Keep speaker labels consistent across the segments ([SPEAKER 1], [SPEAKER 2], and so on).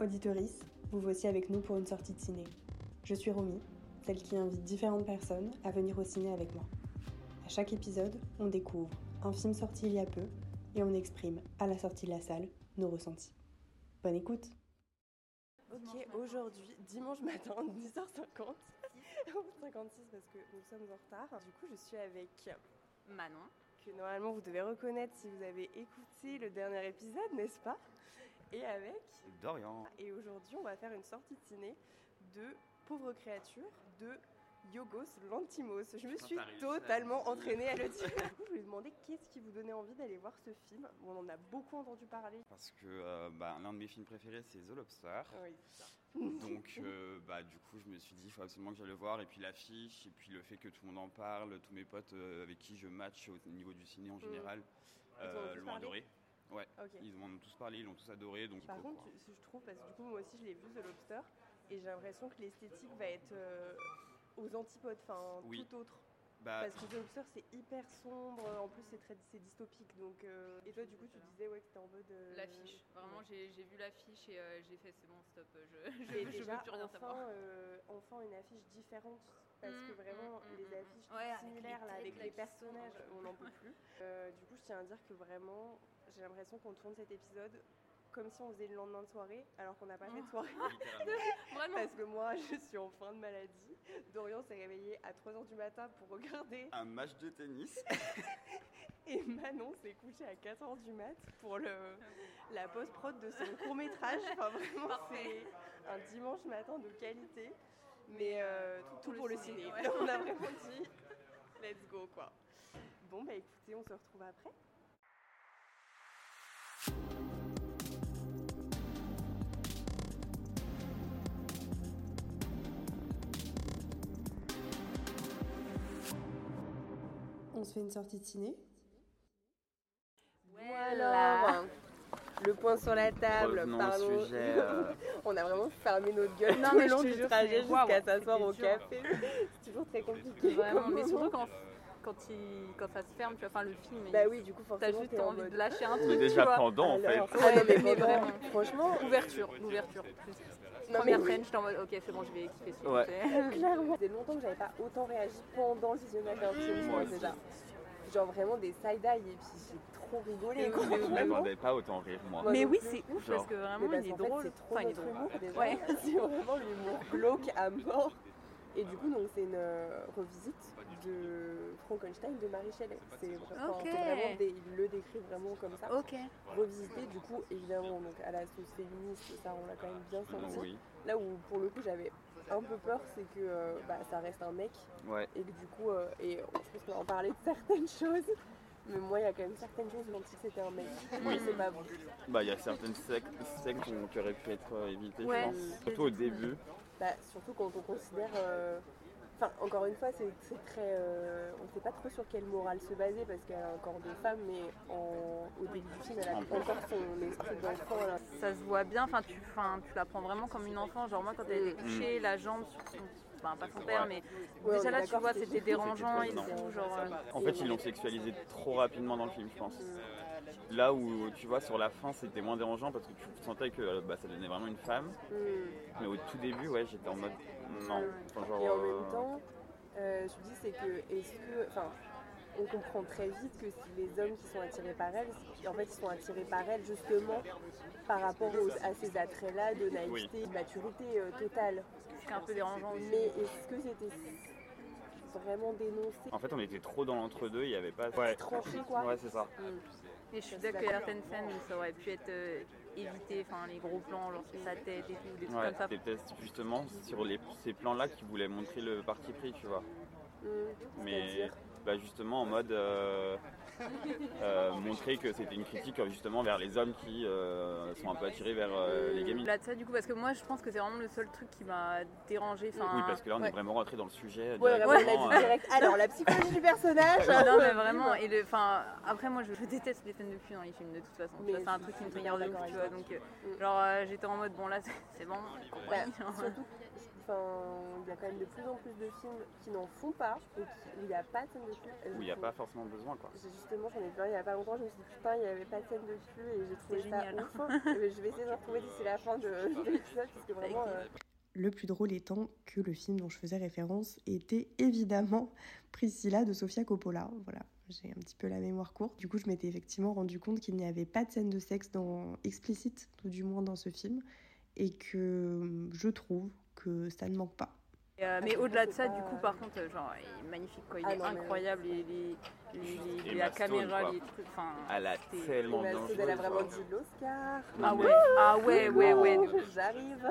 [SPEAKER 1] auditorice, vous voici avec nous pour une sortie de ciné. Je suis Romy, celle qui invite différentes personnes à venir au ciné avec moi. À chaque épisode, on découvre un film sorti il y a peu et on exprime, à la sortie de la salle, nos ressentis. Bonne écoute
[SPEAKER 2] Ok, aujourd'hui, dimanche matin, 10h50, 56 parce que nous sommes en retard. Du coup, je suis avec
[SPEAKER 3] Manon.
[SPEAKER 2] que normalement vous devez reconnaître si vous avez écouté le dernier épisode, n'est-ce pas Et avec.
[SPEAKER 4] Dorian.
[SPEAKER 2] Et aujourd'hui, on va faire une sortie de ciné de Pauvre créature de Yogos Lantimos. Je me suis
[SPEAKER 4] t'as réussi à
[SPEAKER 2] totalement
[SPEAKER 4] le dire.
[SPEAKER 2] entraînée à le dire. Du coup, je lui ai demandé qu'est-ce qui vous donnait envie d'aller voir ce film. Bon, on en a beaucoup entendu parler.
[SPEAKER 4] Parce que euh, bah, l'un de mes films préférés, c'est The Lobster.
[SPEAKER 2] Oui, c'est ça.
[SPEAKER 4] Donc, euh, bah, du coup, je me suis dit, il faut absolument que j'aille le voir. Et puis l'affiche, et puis le fait que tout le monde en parle, tous mes potes euh, avec qui je match au niveau du ciné en général,
[SPEAKER 2] Mm. Ils t'en ont
[SPEAKER 4] euh,
[SPEAKER 2] tous
[SPEAKER 4] l'ont
[SPEAKER 2] parlé
[SPEAKER 4] adoré. Ouais,
[SPEAKER 2] Ok.
[SPEAKER 4] ils m'en ont tous parlé, ils l'ont tous adoré. Donc,
[SPEAKER 2] Par
[SPEAKER 4] il faut,
[SPEAKER 2] contre,
[SPEAKER 4] quoi.
[SPEAKER 2] ce que je trouve, parce que du coup, moi aussi, je l'ai vu, The Lobster, et j'ai l'impression que l'esthétique va être euh, aux antipodes, enfin,
[SPEAKER 4] Oui.
[SPEAKER 2] tout autre.
[SPEAKER 4] Bah,
[SPEAKER 2] Parce que The Lobster, c'est hyper sombre, en plus, c'est très c'est dystopique, donc... euh, Et toi, du coup, tu disais, ouais, que t'es en mode... euh,
[SPEAKER 3] L'affiche. Vraiment,
[SPEAKER 2] ouais.
[SPEAKER 3] j'ai j'ai vu l'affiche et euh, j'ai fait c'est bon, stop, euh, je, je,
[SPEAKER 2] Et
[SPEAKER 3] je
[SPEAKER 2] déjà,
[SPEAKER 3] veux plus rien
[SPEAKER 2] enfin,
[SPEAKER 3] savoir.
[SPEAKER 2] euh, enfin, une affiche différente, parce que
[SPEAKER 3] Mm,
[SPEAKER 2] vraiment,
[SPEAKER 3] mm, mm,
[SPEAKER 2] les
[SPEAKER 3] mm, mm.
[SPEAKER 2] affiches
[SPEAKER 3] Ouais, avec les
[SPEAKER 2] similaires, là,
[SPEAKER 3] têtes,
[SPEAKER 2] avec
[SPEAKER 3] là,
[SPEAKER 2] les
[SPEAKER 3] qui sont,
[SPEAKER 2] personnages,
[SPEAKER 3] ouais.
[SPEAKER 2] on n'en peut plus. Euh, du coup, je tiens à dire que vraiment, j'ai l'impression qu'on tourne cet épisode comme si on faisait le lendemain de soirée, alors qu'on n'a
[SPEAKER 3] Oh.
[SPEAKER 2] pas fait de soirée.
[SPEAKER 4] littéralement.
[SPEAKER 3] Vraiment.
[SPEAKER 2] Parce que moi, je suis en fin de maladie. Dorian s'est réveillé à 3h du matin pour regarder.
[SPEAKER 4] un match de tennis.
[SPEAKER 2] Et Manon s'est couchée à 4h du mat pour le, la post-prod de son court-métrage. Enfin, vraiment, c'est
[SPEAKER 3] Parfait.
[SPEAKER 2] un dimanche matin de qualité. Mais euh, tout, tout pour le ciné.
[SPEAKER 3] ouais.
[SPEAKER 2] On a vraiment dit, let's go, quoi. Bon, bah écoutez, on se retrouve après.
[SPEAKER 1] On se fait une sortie de ciné
[SPEAKER 2] Voilà. Le point sur la table,
[SPEAKER 4] Revenons au
[SPEAKER 2] parlons.
[SPEAKER 4] sujet, euh,
[SPEAKER 2] On a vraiment fermé notre gueule
[SPEAKER 3] Non,
[SPEAKER 2] tout
[SPEAKER 3] mais
[SPEAKER 2] le
[SPEAKER 3] je
[SPEAKER 2] long
[SPEAKER 3] te
[SPEAKER 2] du
[SPEAKER 3] jure,
[SPEAKER 2] trajet
[SPEAKER 3] c'est-
[SPEAKER 2] jusqu'à
[SPEAKER 3] waouh,
[SPEAKER 2] s'asseoir au
[SPEAKER 3] c'était dur.
[SPEAKER 2] café. C'est toujours très compliqué.
[SPEAKER 3] Vraiment, mais surtout quand, quand, il, quand ça se ferme, tu vois, enfin le film, il-
[SPEAKER 2] Bah oui, du coup,
[SPEAKER 3] t'as
[SPEAKER 2] forcément,
[SPEAKER 3] juste
[SPEAKER 2] t'es en
[SPEAKER 3] envie
[SPEAKER 2] mode.
[SPEAKER 3] de lâcher un truc.
[SPEAKER 5] Mais
[SPEAKER 3] tu
[SPEAKER 5] déjà
[SPEAKER 3] vois.
[SPEAKER 5] pendant en fait.
[SPEAKER 2] euh, Alors, ah non, mais,
[SPEAKER 3] mais
[SPEAKER 2] vraiment,
[SPEAKER 3] vraiment.
[SPEAKER 2] franchement,
[SPEAKER 3] Ouverture, l'ouverture.
[SPEAKER 2] mais
[SPEAKER 3] Première
[SPEAKER 2] oui.
[SPEAKER 3] scène, j'étais en mode, ok, c'est bon, je vais kiffer ce film.
[SPEAKER 5] Ouais.
[SPEAKER 3] c'est-
[SPEAKER 2] clairement, c'est longtemps que j'avais pas autant réagi pendant le visionnage d'un film, je
[SPEAKER 4] Moi
[SPEAKER 2] pense
[SPEAKER 4] aussi.
[SPEAKER 2] déjà. Genre vraiment des side-eye, et puis j'ai trop rigolé,
[SPEAKER 3] Mais
[SPEAKER 2] quoi.
[SPEAKER 3] oui, mais
[SPEAKER 5] Je
[SPEAKER 3] oui.
[SPEAKER 2] Vraiment.
[SPEAKER 5] m'attendais pas autant rire moi.
[SPEAKER 2] Moi
[SPEAKER 3] Mais
[SPEAKER 2] non
[SPEAKER 3] oui,
[SPEAKER 2] plus.
[SPEAKER 3] c'est ouf
[SPEAKER 5] Genre.
[SPEAKER 3] parce que
[SPEAKER 2] Mais
[SPEAKER 3] vraiment,
[SPEAKER 2] parce
[SPEAKER 3] il est
[SPEAKER 2] qu'en fait,
[SPEAKER 3] drôle.
[SPEAKER 2] Eh ben, C'est trop
[SPEAKER 3] Enfin, il est
[SPEAKER 2] notre humour,
[SPEAKER 3] drôle.
[SPEAKER 2] déjà.
[SPEAKER 3] Ouais.
[SPEAKER 2] C'est vraiment l'humour glauque à mort. Et du coup, donc, c'est une euh, revisite de Frankenstein de Marie Shelley. C'est vraiment,
[SPEAKER 3] Ok.
[SPEAKER 2] c'est vraiment des- il le décrit vraiment comme ça.
[SPEAKER 3] Ok.
[SPEAKER 2] Revisité, du coup, évidemment, donc à la sauce féministe, ça on l'a quand même bien
[SPEAKER 4] Non,
[SPEAKER 5] Ah
[SPEAKER 2] senti.
[SPEAKER 4] oui.
[SPEAKER 2] Là où pour le coup j'avais un peu peur, c'est que euh, bah, ça reste un mec
[SPEAKER 4] Ouais.
[SPEAKER 2] et que du coup, euh, et je pense qu'on va en parler de certaines choses. Mais moi, il y a quand même certaines choses, même si c'était un mec.
[SPEAKER 5] Oui.
[SPEAKER 2] c'est pas vrai.
[SPEAKER 5] Bah il y a certaines sectes, sectes qu'on- qui auraient pu être euh, évitées
[SPEAKER 3] Ouais.
[SPEAKER 5] je pense. Surtout au début.
[SPEAKER 2] Bah, surtout quand on considère. euh, Enfin, encore une fois, c'est c'est très. euh, On ne sait pas trop sur quelle morale se baser parce qu'elle a un corps de femme, mais en- au début du film, elle a encore son esprit d'enfant. là.
[SPEAKER 3] ça se voit bien, enfin tu, enfin, tu la prends vraiment comme une enfant. Genre moi quand elle
[SPEAKER 5] Mm.
[SPEAKER 3] était couchée, la jambe sur son... Enfin pas son père, mais
[SPEAKER 2] Ouais, on est
[SPEAKER 3] déjà là tu
[SPEAKER 2] d'accord,
[SPEAKER 3] vois
[SPEAKER 2] c'était
[SPEAKER 3] c'était
[SPEAKER 2] trop
[SPEAKER 3] dérangeant et
[SPEAKER 5] gênant.
[SPEAKER 3] tout. Genre, euh,
[SPEAKER 5] En fait ils l'ont sexualisé trop rapidement dans le film je pense. Là où tu vois sur la fin c'était moins dérangeant parce que tu sentais que euh, bah, ça devenait vraiment une femme.
[SPEAKER 2] Hum.
[SPEAKER 5] Mais au tout début ouais j'étais en mode non. Enfin, genre,
[SPEAKER 2] Et en
[SPEAKER 5] euh,
[SPEAKER 2] même temps, euh, je me dis, c'est que, est-ce que, enfin, on comprend très vite que si les hommes qui sont attirés par elle, c'est- en fait, ils sont attirés par elle justement par rapport aux- à ces attraits-là de naïveté, de maturité euh, totale.
[SPEAKER 3] c'était un peu dérangeant aussi.
[SPEAKER 2] Mais est-ce que c'était vraiment dénoncé
[SPEAKER 5] En fait on était trop dans l'entre-deux, il n'y avait pas...
[SPEAKER 2] Tranché, quoi.
[SPEAKER 5] Ouais c'est ça.
[SPEAKER 3] Et je suis d'accord qu'il y a certaines scènes où ça aurait pu être euh, évité, enfin les gros plans, genre sur sa tête et tout, des trucs
[SPEAKER 5] Ouais,
[SPEAKER 3] comme ça.
[SPEAKER 5] c'était peut-être justement sur les, ces plans-là qui voulaient montrer le parti pris, tu vois.
[SPEAKER 2] Hum,
[SPEAKER 5] mais
[SPEAKER 2] c'est-à-dire
[SPEAKER 5] bah, justement en mode euh, euh, montrer que c'était une critique euh, justement vers les hommes qui euh, sont un peu attirés vers euh, les gamines.
[SPEAKER 3] Là de ça du coup parce que moi je pense que c'est vraiment le seul truc qui m'a dérangé. Enfin,
[SPEAKER 5] Oui, parce que là on
[SPEAKER 3] ouais.
[SPEAKER 5] est vraiment rentré dans le sujet.
[SPEAKER 2] Ah, Ouais, vraiment,
[SPEAKER 5] directement,
[SPEAKER 2] on a dit
[SPEAKER 5] euh,
[SPEAKER 2] direct. Alors, la psychologie du personnage. euh,
[SPEAKER 3] non mais vraiment et le enfin après moi je, je déteste les scènes de cul dans les films de toute façon tu
[SPEAKER 2] Mais
[SPEAKER 3] vois, c'est un truc qui me
[SPEAKER 2] je suis
[SPEAKER 3] trigger de
[SPEAKER 2] d'accord
[SPEAKER 3] ouf tu
[SPEAKER 2] avec toi.
[SPEAKER 3] vois donc euh,
[SPEAKER 2] Mm.
[SPEAKER 3] genre euh, j'étais en mode bon là c'est- c'est bon
[SPEAKER 2] Bah,
[SPEAKER 3] compris, hein.
[SPEAKER 2] surtout, enfin, il y a quand même de plus en plus de films qui n'en font pas, ou qui- où il n'y a pas de scène de cul. Et
[SPEAKER 5] où
[SPEAKER 2] je
[SPEAKER 5] il n'y a
[SPEAKER 2] trouve-
[SPEAKER 5] pas forcément besoin quoi.
[SPEAKER 2] j'ai- Justement, j'en ai vu un il n'y a pas longtemps, je me suis dit putain, il n'y avait pas de scène de cul et j'ai trouvé
[SPEAKER 3] C'est
[SPEAKER 2] ça
[SPEAKER 3] génial.
[SPEAKER 2] ouf. Euh, je vais essayer de retrouver d'ici la fin de, de l'épisode, parce que vraiment,
[SPEAKER 3] Avec-
[SPEAKER 2] euh,
[SPEAKER 1] Le plus drôle étant que le film dont je faisais référence était évidemment Priscilla de Sofia Coppola. Voilà, j'ai un petit peu la mémoire courte. Du coup, je m'étais effectivement rendu compte qu'il n'y avait pas de scène de sexe dans... explicite, tout du moins dans ce film, et que hum, je trouve que ça ne manque pas.
[SPEAKER 3] Et, euh, mais au-delà de ça, du coup, par contre, euh, genre, il est magnifique, quoi. Il
[SPEAKER 2] Ah
[SPEAKER 3] est
[SPEAKER 2] non, mais-
[SPEAKER 3] incroyable. Les, les, les- les-
[SPEAKER 5] Emma
[SPEAKER 3] la
[SPEAKER 5] Stone,
[SPEAKER 3] caméra,
[SPEAKER 5] quoi.
[SPEAKER 3] les trucs. Enfin,
[SPEAKER 5] Elle a
[SPEAKER 3] c'était-
[SPEAKER 5] tellement
[SPEAKER 2] Emma
[SPEAKER 5] bien
[SPEAKER 2] Stone,
[SPEAKER 5] joué.
[SPEAKER 2] elle a vraiment
[SPEAKER 5] quoi.
[SPEAKER 2] dit l'Oscar.
[SPEAKER 3] Ah
[SPEAKER 5] Mais-
[SPEAKER 3] ouais, ah ouais, ouais, ouais. Eh,
[SPEAKER 2] Coucou, J'arrive.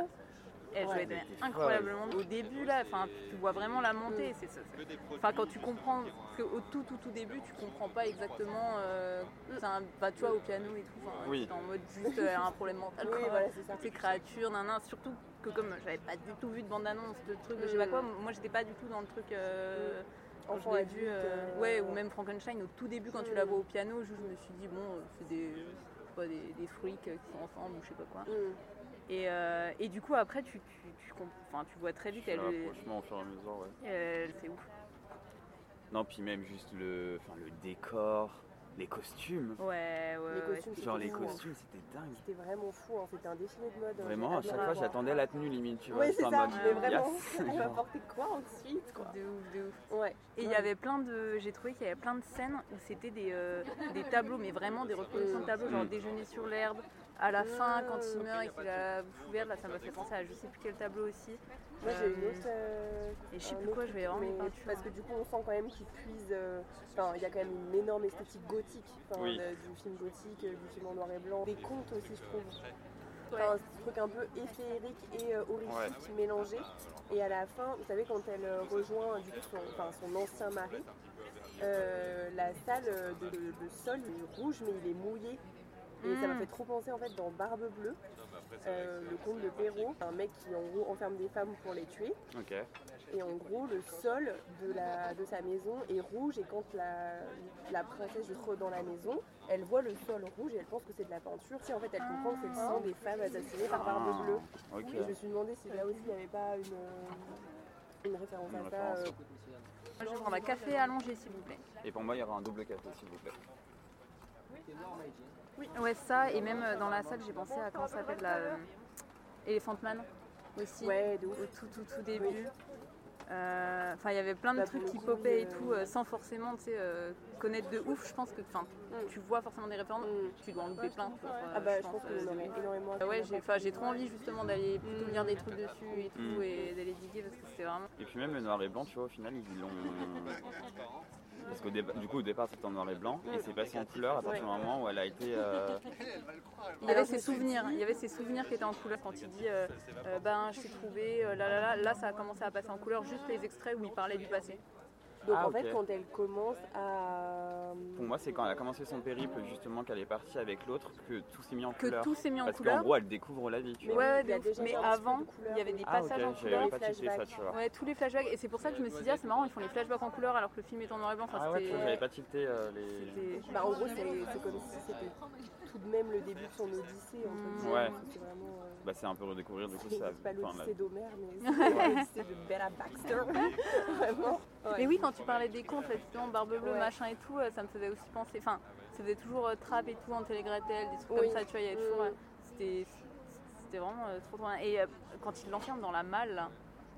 [SPEAKER 3] Elle
[SPEAKER 2] Ouais,
[SPEAKER 3] jouait
[SPEAKER 5] mais-
[SPEAKER 3] incroyablement. Au début, là, enfin, tu vois vraiment la montée. C'est ça. c'est- Enfin, quand tu comprends, parce qu'au tout, tout, tout début, tu comprends pas exactement. Euh, c'est un, bah, tu vois, au piano et tout. Enfin,
[SPEAKER 5] Oui.
[SPEAKER 3] t'es en mode juste euh, un problème mental.
[SPEAKER 2] Oui,
[SPEAKER 3] quoi.
[SPEAKER 2] voilà, c'est ça.
[SPEAKER 3] toutes ces créatures, nanan, surtout que comme j'avais pas du tout vu de bande-annonce, de truc, de je sais pas quoi, moi j'étais pas du tout dans le truc. euh, quand je
[SPEAKER 2] Mm. Enfant
[SPEAKER 3] l'ai
[SPEAKER 2] adulte,
[SPEAKER 3] vu, euh,
[SPEAKER 2] euh,
[SPEAKER 3] ouais, ou même Frankenstein au tout début quand tu la
[SPEAKER 2] Mm.
[SPEAKER 3] vois au piano, je, je me suis dit bon, euh, c'est des, je sais pas, des, des freaks euh, qui sont ensemble ou je sais pas quoi.
[SPEAKER 2] Mm.
[SPEAKER 3] Et, euh, et du coup après tu, tu, tu, comp- enfin, tu vois très vite,
[SPEAKER 5] Le
[SPEAKER 3] elle,
[SPEAKER 5] rapprochement au fur et à mesure, ouais.
[SPEAKER 3] elle- c'est ouf.
[SPEAKER 5] Non, puis même juste le, enfin, le décor, les costumes.
[SPEAKER 3] Ouais, ouais,
[SPEAKER 2] Les
[SPEAKER 3] ouais.
[SPEAKER 2] costumes, c'était
[SPEAKER 5] Genre les
[SPEAKER 2] fou, hein.
[SPEAKER 5] costumes, c'était dingue.
[SPEAKER 2] C'était vraiment fou, hein. c'était un défilé de mode. hein.
[SPEAKER 5] Vraiment, à
[SPEAKER 2] J'ai
[SPEAKER 5] chaque
[SPEAKER 2] adoré
[SPEAKER 5] fois
[SPEAKER 2] voir.
[SPEAKER 5] j'attendais la tenue limite, tu vois.
[SPEAKER 2] Ouais,
[SPEAKER 5] j'étais
[SPEAKER 2] c'est
[SPEAKER 5] en
[SPEAKER 2] ça,
[SPEAKER 5] mode,
[SPEAKER 2] mais
[SPEAKER 3] yes.
[SPEAKER 2] vraiment, elle va
[SPEAKER 5] Genre.
[SPEAKER 2] porter quoi ensuite quoi.
[SPEAKER 3] De ouf, de ouf.
[SPEAKER 2] Ouais.
[SPEAKER 3] Et il y
[SPEAKER 2] Ouais.
[SPEAKER 3] avait plein de. J'ai trouvé qu'il y avait plein de scènes où c'était des, euh, des tableaux, mais vraiment des reproductions de tableaux, genre
[SPEAKER 5] Mm.
[SPEAKER 3] déjeuner sur l'herbe, à la fin quand il
[SPEAKER 2] Mm.
[SPEAKER 3] meurt et qu'il a ouvert, là ça m'a fait penser à je sais plus quel tableau aussi.
[SPEAKER 2] Moi j'ai une
[SPEAKER 3] Euh,
[SPEAKER 2] autre. euh,
[SPEAKER 3] Et je
[SPEAKER 2] un
[SPEAKER 3] sais plus
[SPEAKER 2] autre
[SPEAKER 3] quoi, je vais vraiment hein.
[SPEAKER 2] mais-
[SPEAKER 3] les peintures.
[SPEAKER 2] Parce que du coup on sent quand même qu'il puise. euh, Enfin, il y a quand même une énorme esthétique gothique. enfin,
[SPEAKER 5] Oui.
[SPEAKER 2] de- du film gothique, euh, du film en noir et blanc. Des contes aussi, je trouve. Enfin, ce truc un peu éphémérique et euh, horrifique mélangé. Et à la fin, vous savez, quand elle euh, rejoint du coup, son, enfin, son ancien mari, euh, la salle, euh, de, le- le sol est rouge, mais il est mouillé. Et ça m'a
[SPEAKER 3] Mm.
[SPEAKER 2] fait trop penser en fait dans Barbe Bleue, euh, le conte de Perrault, un mec qui en gros enferme des femmes pour les tuer.
[SPEAKER 5] Ok.
[SPEAKER 2] Et en gros, le sol de, la, de sa maison est rouge. Et quand la, la princesse rentre dans la maison, elle voit le sol rouge et elle pense que c'est de la peinture. Et en fait, elle comprend que c'est le sang des femmes assassinées par Barbe Bleue.
[SPEAKER 5] Ah, Ok.
[SPEAKER 2] Et je me suis demandé si là aussi il n'y avait pas une, euh, une référence
[SPEAKER 5] Une
[SPEAKER 2] à ça.
[SPEAKER 5] référence.
[SPEAKER 2] euh,
[SPEAKER 3] Moi, Je vais prendre un café allongé s'il vous plaît.
[SPEAKER 5] Et pour moi, il y aura un double café, s'il vous plaît.
[SPEAKER 3] Ouais, ça, et même euh, dans la salle, j'ai pensé à comment ça s'appelle la. euh, Elephant Man aussi.
[SPEAKER 2] euh, ouais, de ouf.
[SPEAKER 3] au tout tout tout début. Euh, Enfin, il y avait plein de
[SPEAKER 2] Bah,
[SPEAKER 3] trucs
[SPEAKER 2] pour
[SPEAKER 3] qui
[SPEAKER 2] le coup,
[SPEAKER 3] popaient et
[SPEAKER 2] euh,
[SPEAKER 3] tout, euh, sans forcément tu sais, euh, connaître de ouf. Je pense que enfin, tu vois forcément des références,
[SPEAKER 2] Mm.
[SPEAKER 3] tu dois en louper plein. pour, euh,
[SPEAKER 2] Ah bah, Mm. je pense
[SPEAKER 3] euh,
[SPEAKER 2] qu'on en aurait énormément.
[SPEAKER 3] bah ouais, j'ai enfin, j'ai trop envie justement d'aller plutôt
[SPEAKER 2] Mm.
[SPEAKER 3] lire des trucs dessus et tout,
[SPEAKER 5] Mm.
[SPEAKER 3] et d'aller diguer parce que c'est vraiment.
[SPEAKER 5] Et puis même le noir et blanc, tu vois, au final, ils l'ont. Parce que du coup, au départ, c'était en noir et blanc, et c'est passé en couleur à partir du moment où elle a été. euh,
[SPEAKER 3] Il y avait
[SPEAKER 2] Alors, je
[SPEAKER 3] ces
[SPEAKER 2] me suis
[SPEAKER 3] souvenirs, il y avait ces souvenirs qui étaient en couleur. Quand il dit euh, euh, ben je suis trouvé, euh, là là là, là ça a commencé à passer en couleur juste les extraits où il parlait du passé.
[SPEAKER 2] Donc
[SPEAKER 5] Ah,
[SPEAKER 2] en fait,
[SPEAKER 5] ok.
[SPEAKER 2] quand elle commence à.
[SPEAKER 5] Pour moi, c'est quand elle a commencé son périple, justement, qu'elle est partie avec l'autre, que tout s'est mis en
[SPEAKER 3] Que
[SPEAKER 5] couleur.
[SPEAKER 3] tout s'est mis en
[SPEAKER 5] Parce qu'en
[SPEAKER 3] couleur.
[SPEAKER 5] gros, elle découvre la vie, tu
[SPEAKER 2] Mais
[SPEAKER 3] Ouais,
[SPEAKER 5] vois.
[SPEAKER 3] ouais,
[SPEAKER 2] il y a
[SPEAKER 3] de ouf.
[SPEAKER 2] déjà
[SPEAKER 3] mais
[SPEAKER 2] un petit peu
[SPEAKER 3] avant,
[SPEAKER 2] de couleur.
[SPEAKER 3] il y avait des
[SPEAKER 5] Ah, ok,
[SPEAKER 3] passages en couleur.
[SPEAKER 5] j'avais pas tilté ça,
[SPEAKER 2] flashbacks.
[SPEAKER 5] tu vois.
[SPEAKER 3] Ouais, tous les flashbacks. Et c'est pour ça que je me suis dit, ah, c'est marrant, ils font les flashbacks en couleur alors que le film est en noir et blanc. Enfin,
[SPEAKER 5] Ah ouais, tu vois, j'avais
[SPEAKER 3] c'était.
[SPEAKER 5] pas tilté euh, les.
[SPEAKER 3] c'était-
[SPEAKER 2] Bah, en gros, c'est c'est comme si c'était tout de même le début de son Odyssée. En fait.
[SPEAKER 5] Mm. Ouais.
[SPEAKER 2] C'est vraiment. euh,
[SPEAKER 5] Bah, c'est un peu redécouvrir, du coup,
[SPEAKER 2] c'est
[SPEAKER 5] ça.
[SPEAKER 2] pas
[SPEAKER 5] enfin, la-
[SPEAKER 2] l'Odyssée d'Homère, mais c'est l'Odyssée de Bella Baxter. Vraiment.
[SPEAKER 3] Mais oui, quand tu parlais des contes, là, justement, Barbe Bleue, machin et tout, euh, ça me faisait aussi penser. Enfin, ça faisait toujours euh, Trap et tout, en Gretel, des trucs
[SPEAKER 2] Oui.
[SPEAKER 3] comme ça, tu vois, il y avait
[SPEAKER 2] Mm.
[SPEAKER 3] toujours. euh, C'était c'était vraiment euh, trop trop bien. Et euh, quand il l'enferme dans la malle, là,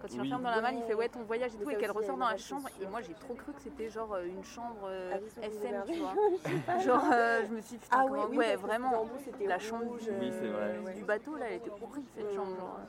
[SPEAKER 3] Quand il
[SPEAKER 5] Oui.
[SPEAKER 3] l'enferme dans la malle, il fait
[SPEAKER 2] Ouais.
[SPEAKER 3] ouais ton voyage et
[SPEAKER 2] Mais
[SPEAKER 3] tout,
[SPEAKER 2] ça
[SPEAKER 3] et qu'elle
[SPEAKER 2] aussi, il y a
[SPEAKER 3] ressort
[SPEAKER 2] une
[SPEAKER 3] dans la
[SPEAKER 2] raison
[SPEAKER 3] chambre.
[SPEAKER 2] sûre.
[SPEAKER 3] Et moi j'ai trop cru que c'était genre euh, une chambre euh,
[SPEAKER 2] Alice au
[SPEAKER 3] SM, tu
[SPEAKER 2] Pays des
[SPEAKER 3] vois.
[SPEAKER 2] Merveilles.
[SPEAKER 3] Genre euh, je me suis dit putain,
[SPEAKER 2] Ah oui,
[SPEAKER 3] comment-
[SPEAKER 2] oui,
[SPEAKER 3] ouais
[SPEAKER 2] parce que
[SPEAKER 3] vraiment.
[SPEAKER 2] en gros, c'était
[SPEAKER 3] La
[SPEAKER 2] rouge,
[SPEAKER 3] chambre du,
[SPEAKER 5] Oui, c'est vrai.
[SPEAKER 2] euh, ouais.
[SPEAKER 3] du bateau là, elle était horrible cette chambre. genre.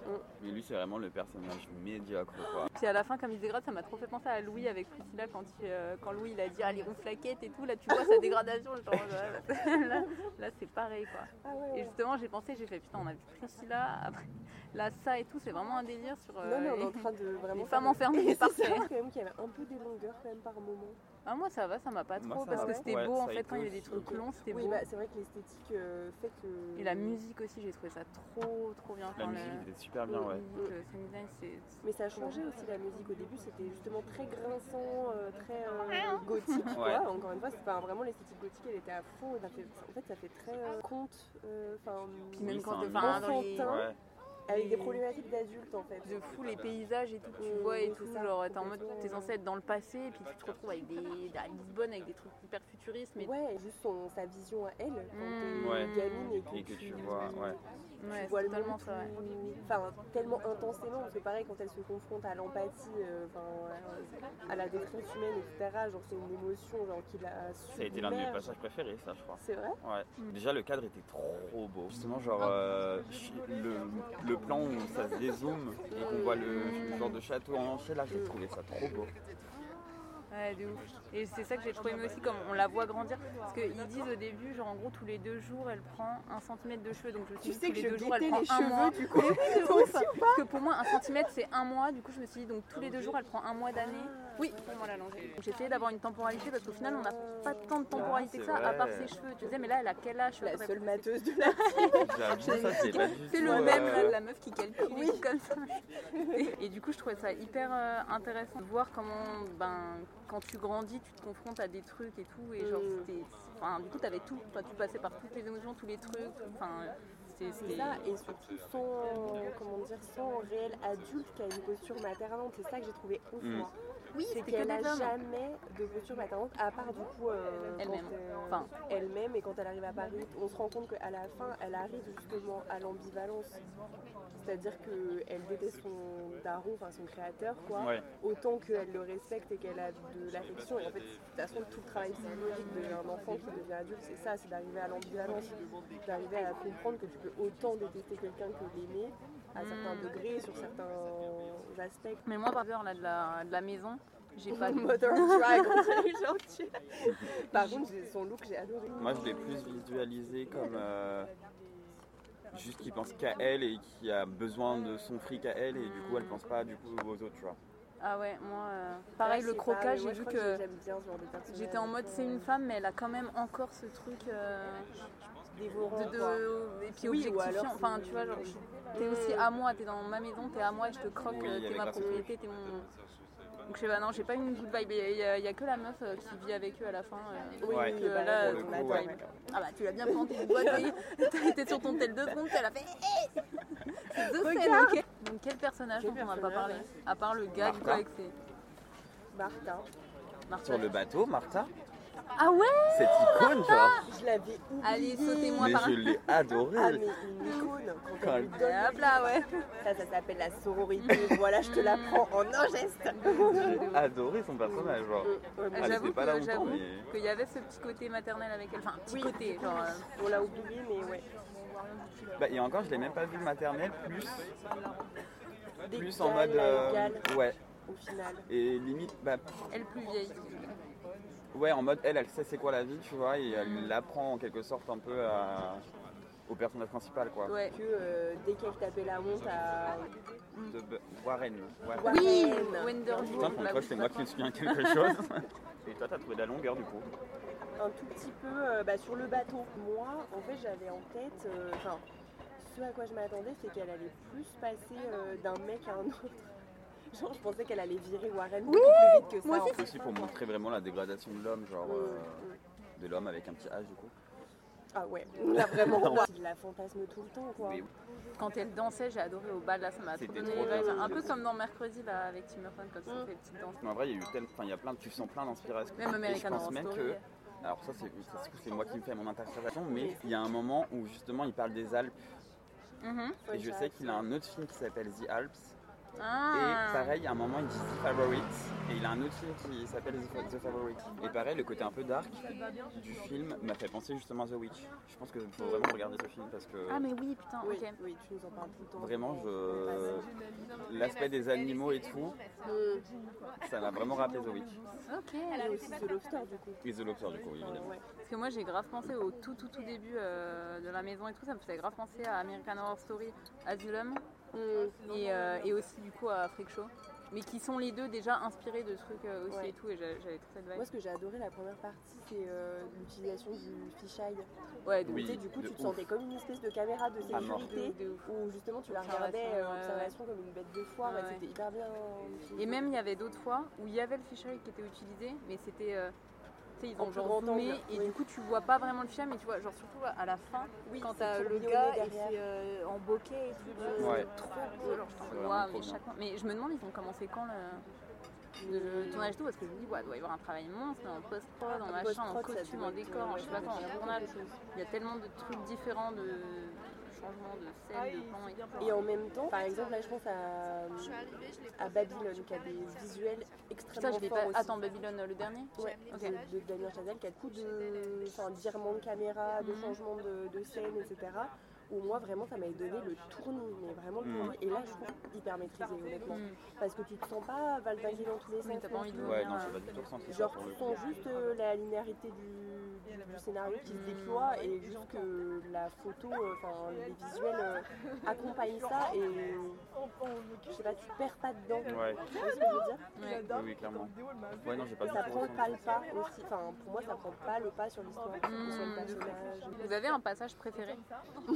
[SPEAKER 5] Mais lui, c'est vraiment le personnage médiocre, quoi.
[SPEAKER 3] Puis à la fin, comme il se dégrade, ça m'a trop fait penser à Louis avec Priscilla quand, il, euh, quand Louis il a dit allez on flaquette et tout. Là, tu vois sa dégradation. Genre, ouais, là, là, c'est pareil quoi.
[SPEAKER 2] Ah ouais, ouais.
[SPEAKER 3] euh, Et justement, j'ai pensé, j'ai fait putain, on a vu Priscilla, après là, ça et tout. C'est vraiment un délire sur. euh,
[SPEAKER 2] Non, mais on est en
[SPEAKER 3] les-
[SPEAKER 2] train de vraiment.
[SPEAKER 3] les
[SPEAKER 2] faire
[SPEAKER 3] femmes enfermées,
[SPEAKER 2] Et
[SPEAKER 3] parfait.
[SPEAKER 2] c'est vrai quand même qu'il y avait un peu des longueurs quand même par moment.
[SPEAKER 3] Ah, moi ça va, ça m'a pas
[SPEAKER 5] Moi,
[SPEAKER 3] trop
[SPEAKER 5] ça
[SPEAKER 3] parce
[SPEAKER 2] va.
[SPEAKER 3] que c'était
[SPEAKER 5] Ouais,
[SPEAKER 3] beau en
[SPEAKER 5] ça a
[SPEAKER 3] fait
[SPEAKER 5] été
[SPEAKER 3] quand il y avait des
[SPEAKER 5] aussi.
[SPEAKER 3] trucs longs, c'était
[SPEAKER 2] Oui,
[SPEAKER 3] beau.
[SPEAKER 2] bah, c'est vrai que l'esthétique euh, fait que.
[SPEAKER 3] Et la musique aussi, j'ai trouvé ça trop trop bien.
[SPEAKER 5] La
[SPEAKER 3] Enfin,
[SPEAKER 5] musique était super bien, ouais.
[SPEAKER 3] musique, euh, sound design, c'est-
[SPEAKER 2] Mais ça a changé aussi la musique. Au début, c'était justement très grinçant, euh, très euh, gothique. quoi.
[SPEAKER 5] Ouais.
[SPEAKER 2] Encore une fois, c'est pas vraiment l'esthétique gothique, elle était à fond. et ça fait- en fait, ça fait très euh, conte. euh, Enfin,
[SPEAKER 3] Puis même
[SPEAKER 5] Oui,
[SPEAKER 3] quand
[SPEAKER 5] c'est un
[SPEAKER 3] enfin, dans les-
[SPEAKER 2] enfantin.
[SPEAKER 5] Ouais.
[SPEAKER 2] Avec des problématiques d'adultes en fait.
[SPEAKER 3] de fou les paysages et tout euh, que tu
[SPEAKER 2] Mmh,
[SPEAKER 3] vois et
[SPEAKER 2] c'est
[SPEAKER 3] tout.
[SPEAKER 2] ça,
[SPEAKER 3] Genre, t'es en mode,
[SPEAKER 2] complètement.
[SPEAKER 3] t'es censé être dans le passé et puis tu te retrouves avec des, à Lisbonne avec des trucs hyper futuristes. Mais
[SPEAKER 2] Ouais, juste son- sa vision à elle quand
[SPEAKER 3] Mmh.
[SPEAKER 2] t'es
[SPEAKER 5] Ouais.
[SPEAKER 2] gamine et que,
[SPEAKER 5] Et que tu vois, ouais.
[SPEAKER 3] ouais,
[SPEAKER 2] tu
[SPEAKER 3] c'est
[SPEAKER 2] vois le
[SPEAKER 3] totalement
[SPEAKER 2] monde
[SPEAKER 3] ça. ouais.
[SPEAKER 2] tout- enfin, tellement intensément, parce que pareil, quand elle se confronte à l'empathie, euh, enfin, euh, à la détresse humaine, etc., genre c'est une émotion genre, qui la
[SPEAKER 5] Ça a été l'un de mes
[SPEAKER 2] submerge.
[SPEAKER 5] passages préférés, ça, je crois.
[SPEAKER 2] C'est vrai
[SPEAKER 5] Ouais.
[SPEAKER 3] Mm.
[SPEAKER 5] Déjà, le cadre était trop beau. Justement, genre, euh, ch- le, le plan où ça se dézoome et qu'on voit le, le genre de château en entier, là, j'ai trouvé ça trop beau.
[SPEAKER 3] Ouais, de ouf. Et c'est ça que j'ai trop aimé aussi, comme on la voit grandir. Parce qu'ils disent au début, genre en gros, tous les deux jours, elle prend un centimètre de cheveux. Donc je me
[SPEAKER 2] Tu
[SPEAKER 3] suis dit,
[SPEAKER 2] sais
[SPEAKER 3] tous
[SPEAKER 2] que
[SPEAKER 3] les
[SPEAKER 2] je
[SPEAKER 3] deux jours, elle
[SPEAKER 2] guettais
[SPEAKER 3] prend
[SPEAKER 2] les
[SPEAKER 3] un mois.
[SPEAKER 2] cheveux du coup.
[SPEAKER 3] Mais oui, de ouf. Parce que pour moi, un centimètre, c'est un mois. Du coup, je me suis dit, donc tous les deux jours, elle prend un mois d'année. Oui, pour moi, la longueur. Donc, J'ai essayé d'avoir une temporalité parce qu'au final, on n'a pas tant de temporalité que ça,
[SPEAKER 5] Ah, c'est
[SPEAKER 3] à part
[SPEAKER 5] vrai.
[SPEAKER 3] ses cheveux. Tu disais, mais là, elle a quel âge
[SPEAKER 2] La
[SPEAKER 3] Après,
[SPEAKER 2] seule
[SPEAKER 3] c'est-
[SPEAKER 2] mateuse de la
[SPEAKER 5] J'avoue, ça, c'est pas du
[SPEAKER 3] C'est
[SPEAKER 5] tout,
[SPEAKER 3] le
[SPEAKER 5] euh,
[SPEAKER 3] même, là, la meuf qui calcule et tout comme ça. Et, et du coup, je trouvais ça hyper euh, intéressant de voir comment, ben, quand tu grandis, tu te confrontes à des trucs et tout. Et genre,
[SPEAKER 2] Mm.
[SPEAKER 3] c'était. Enfin, du coup, t'avais tout. Enfin, tu passais par toutes les émotions, tous les trucs. tout. Enfin, c'était.
[SPEAKER 2] C'est
[SPEAKER 3] c'était-
[SPEAKER 2] ça, et surtout sans, comment dire, sans réel adulte qui a une posture maternante. C'est ça que j'ai trouvé ouf,
[SPEAKER 5] Mm.
[SPEAKER 2] moi.
[SPEAKER 3] Oui,
[SPEAKER 2] C'est
[SPEAKER 3] c'était que
[SPEAKER 2] qu'elle
[SPEAKER 3] des
[SPEAKER 2] n'a
[SPEAKER 3] hommes.
[SPEAKER 2] jamais de posture maternante, à part du coup euh, quand,
[SPEAKER 3] Elle-même.
[SPEAKER 2] euh,
[SPEAKER 3] Enfin.
[SPEAKER 2] elle-même. Et quand elle arrive à Paris, on se rend compte qu'à la fin, elle arrive justement à l'ambivalence. C'est-à-dire qu'elle déteste son daron, enfin son créateur, quoi,
[SPEAKER 5] Ouais.
[SPEAKER 2] autant qu'elle le respecte et qu'elle a de l'affection. Et en fait, de toute façon, tout le travail psychologique d'un enfant qui devient adulte, c'est ça, c'est d'arriver à l'ambivalence, d'arriver à comprendre que tu peux autant détester quelqu'un que l'aimer à certains
[SPEAKER 3] Mm.
[SPEAKER 2] degrés, sur certains aspects.
[SPEAKER 3] Mais moi, par peur, là, de la, de la maison, j'ai pas.
[SPEAKER 2] Modern Dragon, gentil. Par contre, j'ai- son look, j'ai adoré.
[SPEAKER 5] Moi, je l'ai plus visualisé comme euh, juste qui pense qu'à elle et qui a besoin de son fric à elle et du coup, elle pense pas du coup aux autres, tu vois.
[SPEAKER 3] Ah ouais, moi. euh, Pareil,
[SPEAKER 2] Ah, je
[SPEAKER 3] le
[SPEAKER 2] sais pas, mais
[SPEAKER 3] croquage,
[SPEAKER 2] moi,
[SPEAKER 3] j'ai
[SPEAKER 2] je
[SPEAKER 3] vu
[SPEAKER 2] crois
[SPEAKER 3] que.
[SPEAKER 2] j'aime bien ce genre de personnage.
[SPEAKER 3] J'étais en mode c'est une femme mais elle a quand même encore ce truc euh,
[SPEAKER 2] Dévorant,
[SPEAKER 3] de, de-
[SPEAKER 2] quoi.
[SPEAKER 3] et puis
[SPEAKER 2] Oui, ou
[SPEAKER 3] objectifiant
[SPEAKER 2] alors c'est-
[SPEAKER 3] enfin tu vois genre je- t'es aussi à moi t'es dans ma maison t'es à moi je te croque
[SPEAKER 5] Oui,
[SPEAKER 3] euh,
[SPEAKER 5] il y
[SPEAKER 3] t'es
[SPEAKER 5] avait
[SPEAKER 3] ma
[SPEAKER 5] grave ce
[SPEAKER 3] propriété t'es mon donc je sais pas non j'ai pas une good vibe il y, a- il y a que la meuf euh, qui vit avec eux à la fin euh,
[SPEAKER 2] Oui,
[SPEAKER 5] Ouais.
[SPEAKER 2] oui,
[SPEAKER 3] que
[SPEAKER 2] bah,
[SPEAKER 3] là,
[SPEAKER 2] on
[SPEAKER 5] pour
[SPEAKER 2] l'a
[SPEAKER 5] le coup,
[SPEAKER 2] adoré.
[SPEAKER 5] ouais.
[SPEAKER 3] ah bah tu l'as bien planté une boîte oui. t'as été sur ton tel deux secondes elle a fait Hey C'est deux scènes,
[SPEAKER 2] Regarde.
[SPEAKER 3] ok donc quel personnage
[SPEAKER 2] Quel
[SPEAKER 3] dont on n'a pas
[SPEAKER 2] personnage,
[SPEAKER 3] parlé
[SPEAKER 2] ouais.
[SPEAKER 3] à part le gag
[SPEAKER 5] Martha.
[SPEAKER 3] quoi avec ses
[SPEAKER 2] Martha.
[SPEAKER 3] Martha.
[SPEAKER 5] Sur le bateau, Martha,
[SPEAKER 3] ah ouais
[SPEAKER 5] cette icône, genre,
[SPEAKER 2] Je l'avais oubliée.
[SPEAKER 3] allez sautez-moi
[SPEAKER 5] mais
[SPEAKER 3] Ah, par
[SPEAKER 5] je
[SPEAKER 3] là
[SPEAKER 5] l'ai
[SPEAKER 2] Ah,
[SPEAKER 5] adorée.
[SPEAKER 2] mais une icône. Quand
[SPEAKER 5] Quand
[SPEAKER 2] elle
[SPEAKER 5] elle-
[SPEAKER 2] lui donne
[SPEAKER 3] Et hop là ouais
[SPEAKER 2] ça, ça s'appelle la sororité. voilà, je te la prends en un geste.
[SPEAKER 5] J'ai adoré son personnage, genre.
[SPEAKER 2] Ouais, bon,
[SPEAKER 5] Elle
[SPEAKER 3] J'avoue
[SPEAKER 5] était pas là
[SPEAKER 3] que-
[SPEAKER 5] longtemps,
[SPEAKER 3] j'avoue.
[SPEAKER 5] mais.
[SPEAKER 3] qu'il y avait ce petit côté maternel avec elle. Enfin, un petit
[SPEAKER 2] Oui.
[SPEAKER 3] côté, genre. euh,
[SPEAKER 2] On l'a oublié, mais ouais.
[SPEAKER 5] Bah, et encore, je l'ai même pas vu maternelle, plus, plus en
[SPEAKER 2] D'égal
[SPEAKER 5] mode.
[SPEAKER 2] à
[SPEAKER 5] euh,
[SPEAKER 2] égal,
[SPEAKER 5] ouais,
[SPEAKER 2] au final.
[SPEAKER 5] et limite, bah,
[SPEAKER 3] elle plus vieille.
[SPEAKER 5] ouais, en mode elle, elle sait c'est quoi la vie, tu vois, et
[SPEAKER 3] Mm.
[SPEAKER 5] elle l'apprend en quelque sorte un peu à- au personnage principal, quoi.
[SPEAKER 3] Ouais.
[SPEAKER 2] Que euh, dès qu'elle tapait la honte à
[SPEAKER 5] De B- Warren. Warren.
[SPEAKER 2] Warren.
[SPEAKER 3] Oui,
[SPEAKER 2] Warren.
[SPEAKER 3] Wenderwood.
[SPEAKER 5] Putain, pour une
[SPEAKER 3] la
[SPEAKER 5] fois, c'est
[SPEAKER 3] bouche
[SPEAKER 5] moi qui me souviens de quelque chose. Et toi, t'as trouvé de la longueur du coup.
[SPEAKER 2] un tout petit peu euh, bah, sur le bateau. Moi, en fait, j'avais en tête, euh, enfin, ce à quoi je m'attendais, c'est qu'elle allait plus passer euh, d'un mec à un autre. Genre, je pensais qu'elle allait virer Warren beaucoup plus vite que ça.
[SPEAKER 3] moi
[SPEAKER 2] en
[SPEAKER 3] aussi,
[SPEAKER 2] fait.
[SPEAKER 5] Aussi pour montrer vraiment la dégradation de l'homme, genre
[SPEAKER 2] Euh,
[SPEAKER 5] euh,
[SPEAKER 2] euh,
[SPEAKER 5] de l'homme avec un petit H du coup.
[SPEAKER 2] Ah ouais, on a vraiment quoi. Il la fantasme tout le temps, quoi.
[SPEAKER 5] Mais
[SPEAKER 3] patte. Quand elle dansait, j'ai adoré au bal, là, ça m'a trop
[SPEAKER 5] C'était
[SPEAKER 3] donné
[SPEAKER 5] trop
[SPEAKER 3] les vibes.
[SPEAKER 5] bien.
[SPEAKER 3] Un peu comme dans Mercredi, là, avec Tim Burton, comme ça,
[SPEAKER 2] Mm.
[SPEAKER 3] on fait des petites danses.
[SPEAKER 5] mais en vrai, il y a eu tel, enfin, il y a plein, tu sens plein d'inspiration.
[SPEAKER 3] Même
[SPEAKER 5] Et je
[SPEAKER 3] American
[SPEAKER 5] pense
[SPEAKER 3] Horror
[SPEAKER 5] même
[SPEAKER 3] Story.
[SPEAKER 5] que, alors ça, c'est ça se trouve, c'est moi qui me fais mon interprétation, mais il y a un moment où justement il parle des Alpes.
[SPEAKER 3] Mhm.
[SPEAKER 5] Et je sais qu'il a un autre film qui s'appelle The Alps.
[SPEAKER 3] Ah.
[SPEAKER 5] Et pareil, à un moment, il dit The Favorite. Et il a un autre film qui s'appelle The The Favorite. Et pareil, le côté un peu dark du film m'a fait penser justement à The Witch. Je pense que faut vraiment regarder ce film parce que
[SPEAKER 3] Ah, mais oui, putain,
[SPEAKER 2] Oui,
[SPEAKER 3] ok.
[SPEAKER 2] oui, tu nous en parles tout le temps.
[SPEAKER 5] vraiment, je... l'aspect des animaux et tout,
[SPEAKER 2] Euh,
[SPEAKER 5] ça m'a vraiment rappelé The Witch.
[SPEAKER 3] Ok.
[SPEAKER 2] et aussi The Lobster, du coup.
[SPEAKER 5] Et The Lobster, du coup, oui,
[SPEAKER 2] Enfin,
[SPEAKER 5] évidemment.
[SPEAKER 2] ouais.
[SPEAKER 3] Parce que moi, j'ai grave pensé au tout, tout, tout début euh, de la maison et tout, ça me faisait grave penser à American Horror Story, Asylum.
[SPEAKER 2] Mm.
[SPEAKER 3] et, euh, et aussi du coup à Freak Show. Mais qui sont les deux déjà inspirés de trucs euh, aussi
[SPEAKER 2] Ouais.
[SPEAKER 3] et tout, et j'a- j'avais trop cette vibe.
[SPEAKER 2] Moi, ce que j'ai adoré la première partie, c'est euh, l'utilisation du fisheye.
[SPEAKER 3] Ouais,
[SPEAKER 2] Donc,
[SPEAKER 5] Oui,
[SPEAKER 2] tu sais, du coup,
[SPEAKER 5] de
[SPEAKER 2] tu te
[SPEAKER 5] ouf.
[SPEAKER 2] sentais comme une espèce de caméra de
[SPEAKER 5] À mort.
[SPEAKER 2] sécurité.
[SPEAKER 3] de- de ouf.
[SPEAKER 2] où justement tu la
[SPEAKER 3] Observation,
[SPEAKER 2] regardais euh,
[SPEAKER 3] ouais,
[SPEAKER 2] observation comme une bête de foire
[SPEAKER 3] Ouais,
[SPEAKER 2] et
[SPEAKER 3] ouais.
[SPEAKER 2] c'était hyper bien.
[SPEAKER 3] Et même il y avait d'autres fois où il y avait le fisheye qui était utilisé, mais c'était euh, sais, ils
[SPEAKER 2] En
[SPEAKER 3] ont
[SPEAKER 2] plus
[SPEAKER 3] genre
[SPEAKER 2] grand
[SPEAKER 3] zoomé
[SPEAKER 2] angle,
[SPEAKER 3] et
[SPEAKER 2] oui.
[SPEAKER 3] du coup tu vois pas vraiment le chien mais tu vois genre surtout à la fin
[SPEAKER 2] Oui,
[SPEAKER 3] quand
[SPEAKER 2] c'est
[SPEAKER 3] t'as
[SPEAKER 2] trop
[SPEAKER 3] le
[SPEAKER 2] mignon
[SPEAKER 3] gars et
[SPEAKER 2] derrière.
[SPEAKER 3] c'est euh, en bokeh et tout, euh,
[SPEAKER 5] Ouais.
[SPEAKER 3] c'est trop beau, genre, je t'en
[SPEAKER 5] C'est
[SPEAKER 3] fais,
[SPEAKER 5] vraiment
[SPEAKER 3] waouh,
[SPEAKER 5] trop
[SPEAKER 3] mais,
[SPEAKER 5] bien.
[SPEAKER 3] chaque fois- mais je me demande ils ont commencé quand le, le- le tournage et tout parce que je me dis ouais, doit y avoir un travail monstre en post-prod, en
[SPEAKER 2] Post-prod,
[SPEAKER 3] machin, en
[SPEAKER 2] ça
[SPEAKER 3] costume,
[SPEAKER 2] doit
[SPEAKER 3] en
[SPEAKER 2] être,
[SPEAKER 3] décor, en
[SPEAKER 2] ouais,
[SPEAKER 3] je sais pas
[SPEAKER 2] ça
[SPEAKER 3] quoi,
[SPEAKER 2] doit
[SPEAKER 3] en
[SPEAKER 2] être
[SPEAKER 3] journal.
[SPEAKER 2] quelque chose.
[SPEAKER 3] Il y a tellement de trucs différents de changements de scène, de plans et tout.
[SPEAKER 2] Et en même temps, par exemple, là je pense à,
[SPEAKER 6] Je suis arrivée, je l'ai posé
[SPEAKER 2] à
[SPEAKER 6] dans
[SPEAKER 2] Babylone
[SPEAKER 6] le
[SPEAKER 2] qui a des
[SPEAKER 6] supermarché.
[SPEAKER 2] visuels
[SPEAKER 3] Putain,
[SPEAKER 2] extrêmement
[SPEAKER 3] je l'ai
[SPEAKER 2] forts.
[SPEAKER 3] pas.
[SPEAKER 2] aussi.
[SPEAKER 3] Attends, Babylone, euh, le dernier
[SPEAKER 2] Ouais,
[SPEAKER 6] Ok.
[SPEAKER 2] de, de Damien Chazelle qui a beaucoup de enfin, de virements de caméra, de
[SPEAKER 3] Mhm.
[SPEAKER 2] changements de, de scène, etc. Où moi vraiment ça m'avait donné le tournis, mais vraiment le
[SPEAKER 5] Mhm.
[SPEAKER 2] tournis. Et là je trouve hyper maîtrisé honnêtement.
[SPEAKER 3] Mm.
[SPEAKER 2] Parce que tu te sens pas valvinguer dans tous les
[SPEAKER 3] Oui,
[SPEAKER 2] sens.
[SPEAKER 3] t'as pas
[SPEAKER 2] non
[SPEAKER 3] envie de
[SPEAKER 2] plus.
[SPEAKER 5] Ouais,
[SPEAKER 3] Ouais,
[SPEAKER 5] non,
[SPEAKER 3] ouais.
[SPEAKER 5] j'ai pas du tout ressenti ça
[SPEAKER 2] Genre
[SPEAKER 5] pour
[SPEAKER 2] tu
[SPEAKER 5] le
[SPEAKER 2] sens
[SPEAKER 5] coup.
[SPEAKER 2] juste euh, la linéarité du, du scénario qui se déploie et juste que la photo, euh, enfin les visuels euh, accompagnent ça et je sais pas, tu perds pas dedans.
[SPEAKER 5] Ouais,
[SPEAKER 2] Tu vois ce que je veux dire
[SPEAKER 3] Ouais.
[SPEAKER 5] oui, oui, clairement. Ouais, non, j'ai pas du
[SPEAKER 2] ça
[SPEAKER 5] tout
[SPEAKER 2] prend pas le
[SPEAKER 5] ressenti ça.
[SPEAKER 2] pas aussi. Enfin, pour moi, ça prend pas le pas sur l'histoire,
[SPEAKER 3] Mmh.
[SPEAKER 2] sur le personnage.
[SPEAKER 3] Vous avez un passage préféré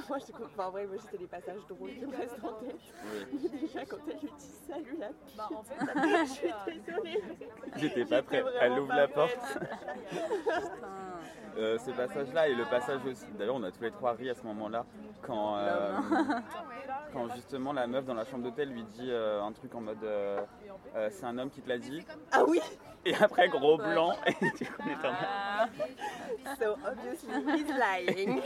[SPEAKER 2] Moi, je enfin, ouais, moi, c'était les passages drôles qui me restent en tête.
[SPEAKER 5] Oui.
[SPEAKER 2] Mais déjà, quand elle lui dit salut là,
[SPEAKER 7] Bah, en fait,
[SPEAKER 2] je suis désolée.
[SPEAKER 5] J'étais pas prêt.
[SPEAKER 2] vraiment
[SPEAKER 5] Elle ouvre
[SPEAKER 2] pas
[SPEAKER 5] la
[SPEAKER 2] prête.
[SPEAKER 5] porte.
[SPEAKER 3] Putain.
[SPEAKER 5] Euh, ce passage-là et le passage aussi. D'ailleurs, on a tous les trois ri à ce moment-là quand, euh, quand justement la meuf dans la chambre d'hôtel lui dit euh, un truc en mode euh, euh, c'est un homme qui te l'a dit.
[SPEAKER 2] Ah oui,
[SPEAKER 5] Et après, gros
[SPEAKER 3] Ouais.
[SPEAKER 5] blanc. Et tu connais ton
[SPEAKER 3] Ah.
[SPEAKER 2] so obviously he's lying.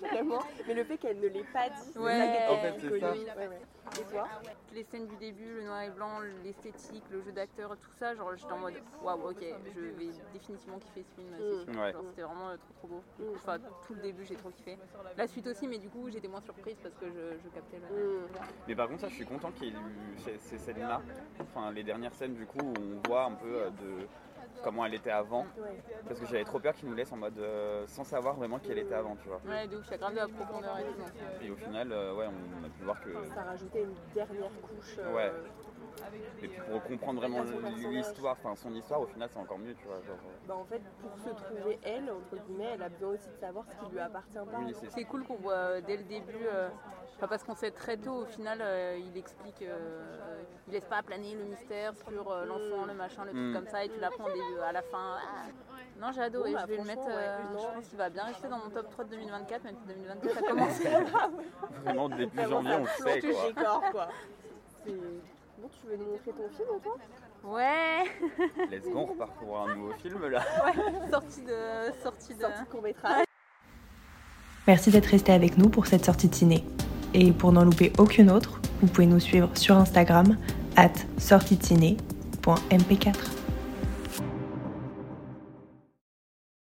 [SPEAKER 2] Vraiment. Mais le fait qu'elle ne l'ait pas dit, c'est
[SPEAKER 3] Ouais.
[SPEAKER 2] ça qui est
[SPEAKER 3] En
[SPEAKER 5] fait,
[SPEAKER 2] hyper
[SPEAKER 5] c'est
[SPEAKER 2] iconique. Ouais, ouais. Et toi
[SPEAKER 3] Les scènes du début, le noir et blanc, l'esthétique, le jeu d'acteur, tout ça, genre j'étais en mode waouh, ok, je vais définitivement kiffer ce film. c'est sûr.
[SPEAKER 5] Ouais.
[SPEAKER 3] Genre, C'était vraiment euh, trop trop beau.
[SPEAKER 2] Mm.
[SPEAKER 3] Enfin, tout le début, j'ai trop kiffé. La suite aussi, mais du coup, j'étais moins surprise parce que je, je captais le.
[SPEAKER 2] Mmh.
[SPEAKER 5] Mais par contre, ça, je suis content qu'il y ait eu ces, ces scènes-là, enfin les dernières scènes du coup, où on voit un peu euh, de comment elle était avant,
[SPEAKER 2] Ouais.
[SPEAKER 5] parce que j'avais trop peur qu'ils nous laissent en mode euh, sans savoir vraiment qui elle était avant, tu vois.
[SPEAKER 3] Ouais, de ouf, il y a grave de la profondeur et tout. donc, euh,
[SPEAKER 5] Et au final, euh, ouais, on a pu voir que.
[SPEAKER 2] Ça rajoutait une dernière couche. euh,
[SPEAKER 5] Ouais. Et puis pour comprendre vraiment l'histoire, enfin son histoire, au final, c'est encore mieux, tu vois. genre, euh,
[SPEAKER 2] Bah en fait, pour se trouver elle, entre guillemets, elle a besoin aussi de savoir ce qui lui appartient pas.
[SPEAKER 5] oui, c'est ça.
[SPEAKER 3] C'est cool qu'on voit euh, dès le début, euh, enfin, parce qu'on sait très tôt au final, euh, il explique, euh, euh, il laisse pas planer le mystère sur euh, l'enfant, le machin, le truc
[SPEAKER 5] Mm.
[SPEAKER 3] comme ça, et tu l'apprends au début, à la fin. Ah. Non, j'ai adoré,
[SPEAKER 2] Bon, bah,
[SPEAKER 3] je vais le mettre,
[SPEAKER 2] franchement,
[SPEAKER 3] euh,
[SPEAKER 2] ouais,
[SPEAKER 3] je
[SPEAKER 2] non.
[SPEAKER 3] pense qu'il va bien rester dans mon top 3 de 2024, même si 2024 a commencé.
[SPEAKER 5] Vraiment, début
[SPEAKER 2] Vraiment,
[SPEAKER 5] janvier, on le
[SPEAKER 2] ça
[SPEAKER 5] sait,
[SPEAKER 2] plante le
[SPEAKER 5] quoi.
[SPEAKER 2] décor, quoi. C'est- Bon, tu veux nous montrer ton film, toi
[SPEAKER 3] Ouais,
[SPEAKER 5] Let's go, on repart pour un nouveau film là.
[SPEAKER 3] sortie de. Sortie de...
[SPEAKER 2] Sorti court métrage.
[SPEAKER 1] Merci d'être resté avec nous pour cette sortie de ciné. Et pour n'en louper aucune autre, vous pouvez nous suivre sur Instagram at sortieciné.mp4.